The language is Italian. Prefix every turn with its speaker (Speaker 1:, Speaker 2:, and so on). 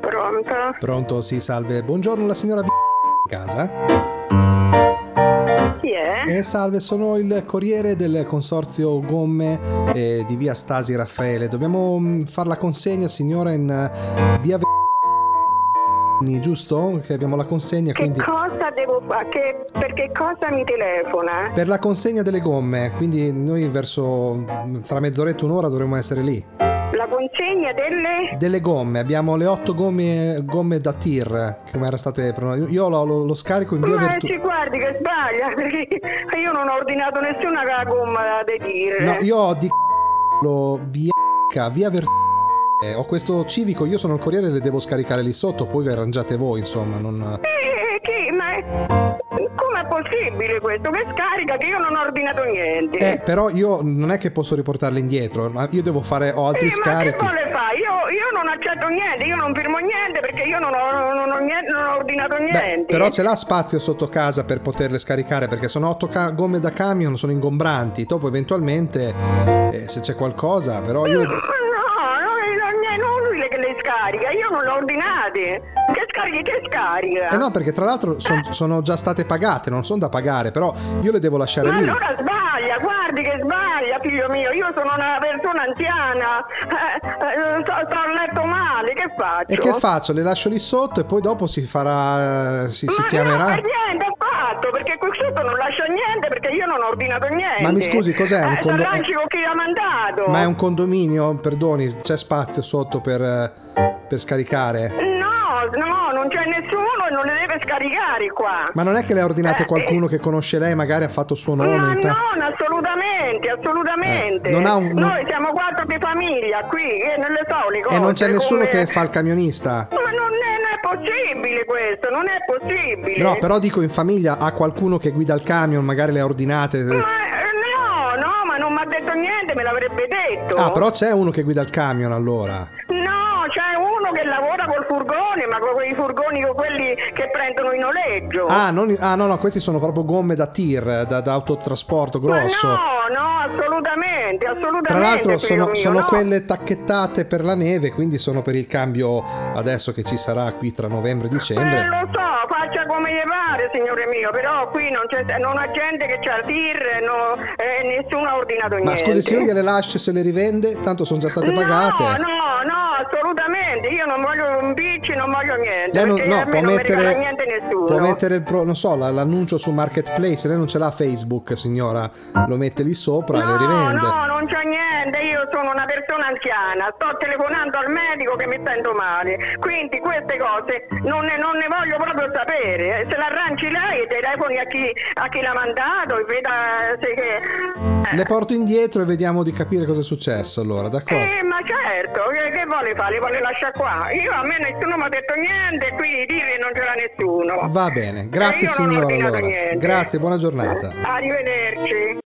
Speaker 1: Pronto?
Speaker 2: Pronto, sì, salve. Buongiorno, la signora B... in casa?
Speaker 1: Chi è?
Speaker 2: Eh, salve, sono il corriere del consorzio gomme eh, di via Stasi Raffaele. Dobbiamo mh, fare la consegna, signora, in eh, via Ve- giusto? Che abbiamo la consegna,
Speaker 1: Che
Speaker 2: quindi...
Speaker 1: cosa devo fare? Che... Per che cosa mi telefona?
Speaker 2: Per la consegna delle gomme, quindi noi verso mh, tra mezz'oretta e un'ora dovremmo essere lì.
Speaker 1: La consegna delle...
Speaker 2: Delle gomme, abbiamo le otto gomme, gomme da tir, come era state prenotate. Io lo, lo- lo scarico in via
Speaker 1: Ma
Speaker 2: virtù.
Speaker 1: ci guardi che sbaglia, perché io non ho ordinato nessuna ca- gomma da dedire.
Speaker 2: No, io ho di lo BH, via Vertu. eh, ho questo civico, io sono il corriere, le devo scaricare lì sotto, poi vi arrangiate voi, insomma, non...
Speaker 1: Eh, che- ma... Com'è possibile questo? Che scarica che io non ho ordinato niente.
Speaker 2: Eh, però io non è che posso riportarle indietro, ma io devo fare, ho altri
Speaker 1: Eh, ma che
Speaker 2: scarichi.
Speaker 1: vuole fare? Io, io non accetto niente, io non firmo niente perché io non ho, non ho niente- non ho ordinato niente.
Speaker 2: Beh, però ce l'ha spazio sotto casa per poterle scaricare perché sono otto ca- gomme da camion, sono ingombranti. Dopo eventualmente eh, se c'è qualcosa, però
Speaker 1: Ma
Speaker 2: io...
Speaker 1: No, no, non è inutile che le scarica, io non le ho ordinate. Che scarichi, che scarica?
Speaker 2: Eh no, perché tra l'altro son- sono già state pagate, non sono da pagare, però io le devo lasciare
Speaker 1: Ma
Speaker 2: lì.
Speaker 1: allora sbaglia, guardi che sbaglia, figlio mio, io sono una persona anziana, eh, eh, sto, sto a letto male, che faccio?
Speaker 2: E che faccio? Le lascio lì sotto e poi dopo si farà. eh, si, si
Speaker 1: Ma
Speaker 2: chiamerà.
Speaker 1: No, per niente affatto, perché qui sotto non lascia niente, perché io non ho ordinato niente.
Speaker 2: Ma mi scusi, cos'è? Un
Speaker 1: Eh,
Speaker 2: condo-
Speaker 1: s'arrangi
Speaker 2: eh.
Speaker 1: con chi l'ha mandato.
Speaker 2: Ma è un condominio? Perdoni, c'è spazio sotto per, eh, per scaricare.
Speaker 1: No, no, non c'è nessuno e non le deve scaricare qua.
Speaker 2: Ma non è che le ha ordinate
Speaker 1: Eh,
Speaker 2: qualcuno che conosce lei, magari ha fatto suo nome.
Speaker 1: Ma
Speaker 2: in ta-
Speaker 1: non, assolutamente, assolutamente.
Speaker 2: Eh, non ha un- non-
Speaker 1: Noi siamo quattro di famiglia qui, eh, e nelle sole cose.
Speaker 2: E non c'è nessuno
Speaker 1: come-
Speaker 2: che fa il camionista.
Speaker 1: Ma non è, non è possibile questo, non è possibile.
Speaker 2: No, però dico in famiglia ha qualcuno che guida il camion, magari le ha ordinate.
Speaker 1: Ma eh, no, no, ma non mi ha detto niente, me l'avrebbe detto.
Speaker 2: Ah, però c'è uno che guida il camion allora.
Speaker 1: No, c'è uno che lavora col furgone, ma con quei furgoni, con quelli che prendono in noleggio.
Speaker 2: Ah, non- ah, no, no, questi sono proprio gomme da tir, da, da autotrasporto
Speaker 1: Ma
Speaker 2: grosso.
Speaker 1: no, no, assolutamente, assolutamente.
Speaker 2: Tra l'altro
Speaker 1: figlio
Speaker 2: sono,
Speaker 1: mio,
Speaker 2: sono
Speaker 1: no.
Speaker 2: quelle tacchettate per la neve, quindi sono per il cambio adesso che ci sarà qui tra novembre e
Speaker 1: Eh,
Speaker 2: dicembre.
Speaker 1: lo so, faccia come gli pare, signore mio, però qui non, c'è, non ha gente che c'ha il tir, no, eh, nessuno ha ordinato niente.
Speaker 2: Ma scusi signori, gliele lascio e se le rivende, tanto sono già state pagate.
Speaker 1: No, no, no, assolutamente, io non voglio un bici, non voglio niente,
Speaker 2: Lei non,
Speaker 1: perché a
Speaker 2: no,
Speaker 1: me
Speaker 2: può
Speaker 1: non mi regala
Speaker 2: mettere,
Speaker 1: niente nessuno.
Speaker 2: può mettere il pro- non so, la- l'annuncio su Marketplace, lei non ce l'ha Facebook signora, lo mette lì sopra e le
Speaker 1: No,
Speaker 2: rivende.
Speaker 1: no, non c'è niente, io sono una persona anziana, sto telefonando al medico che mi sento male, quindi queste cose non ne, non ne voglio proprio sapere, se l'arrangi lei telefoni a chi, a chi l'ha mandato e veda se che... eh.
Speaker 2: Le porto indietro e vediamo di capire cosa è successo allora, d'accordo?
Speaker 1: Eh, ma certo, che, che vuole fare? Le vuole lasciare qua? Io a me nessuno mi ha detto niente, qui di dire non ce l'ha nessuno.
Speaker 2: Va bene,
Speaker 1: Eh,
Speaker 2: grazie
Speaker 1: io non ho
Speaker 2: signora
Speaker 1: ordinato
Speaker 2: allora.
Speaker 1: niente.
Speaker 2: Grazie, buona giornata.
Speaker 1: Arrivederci.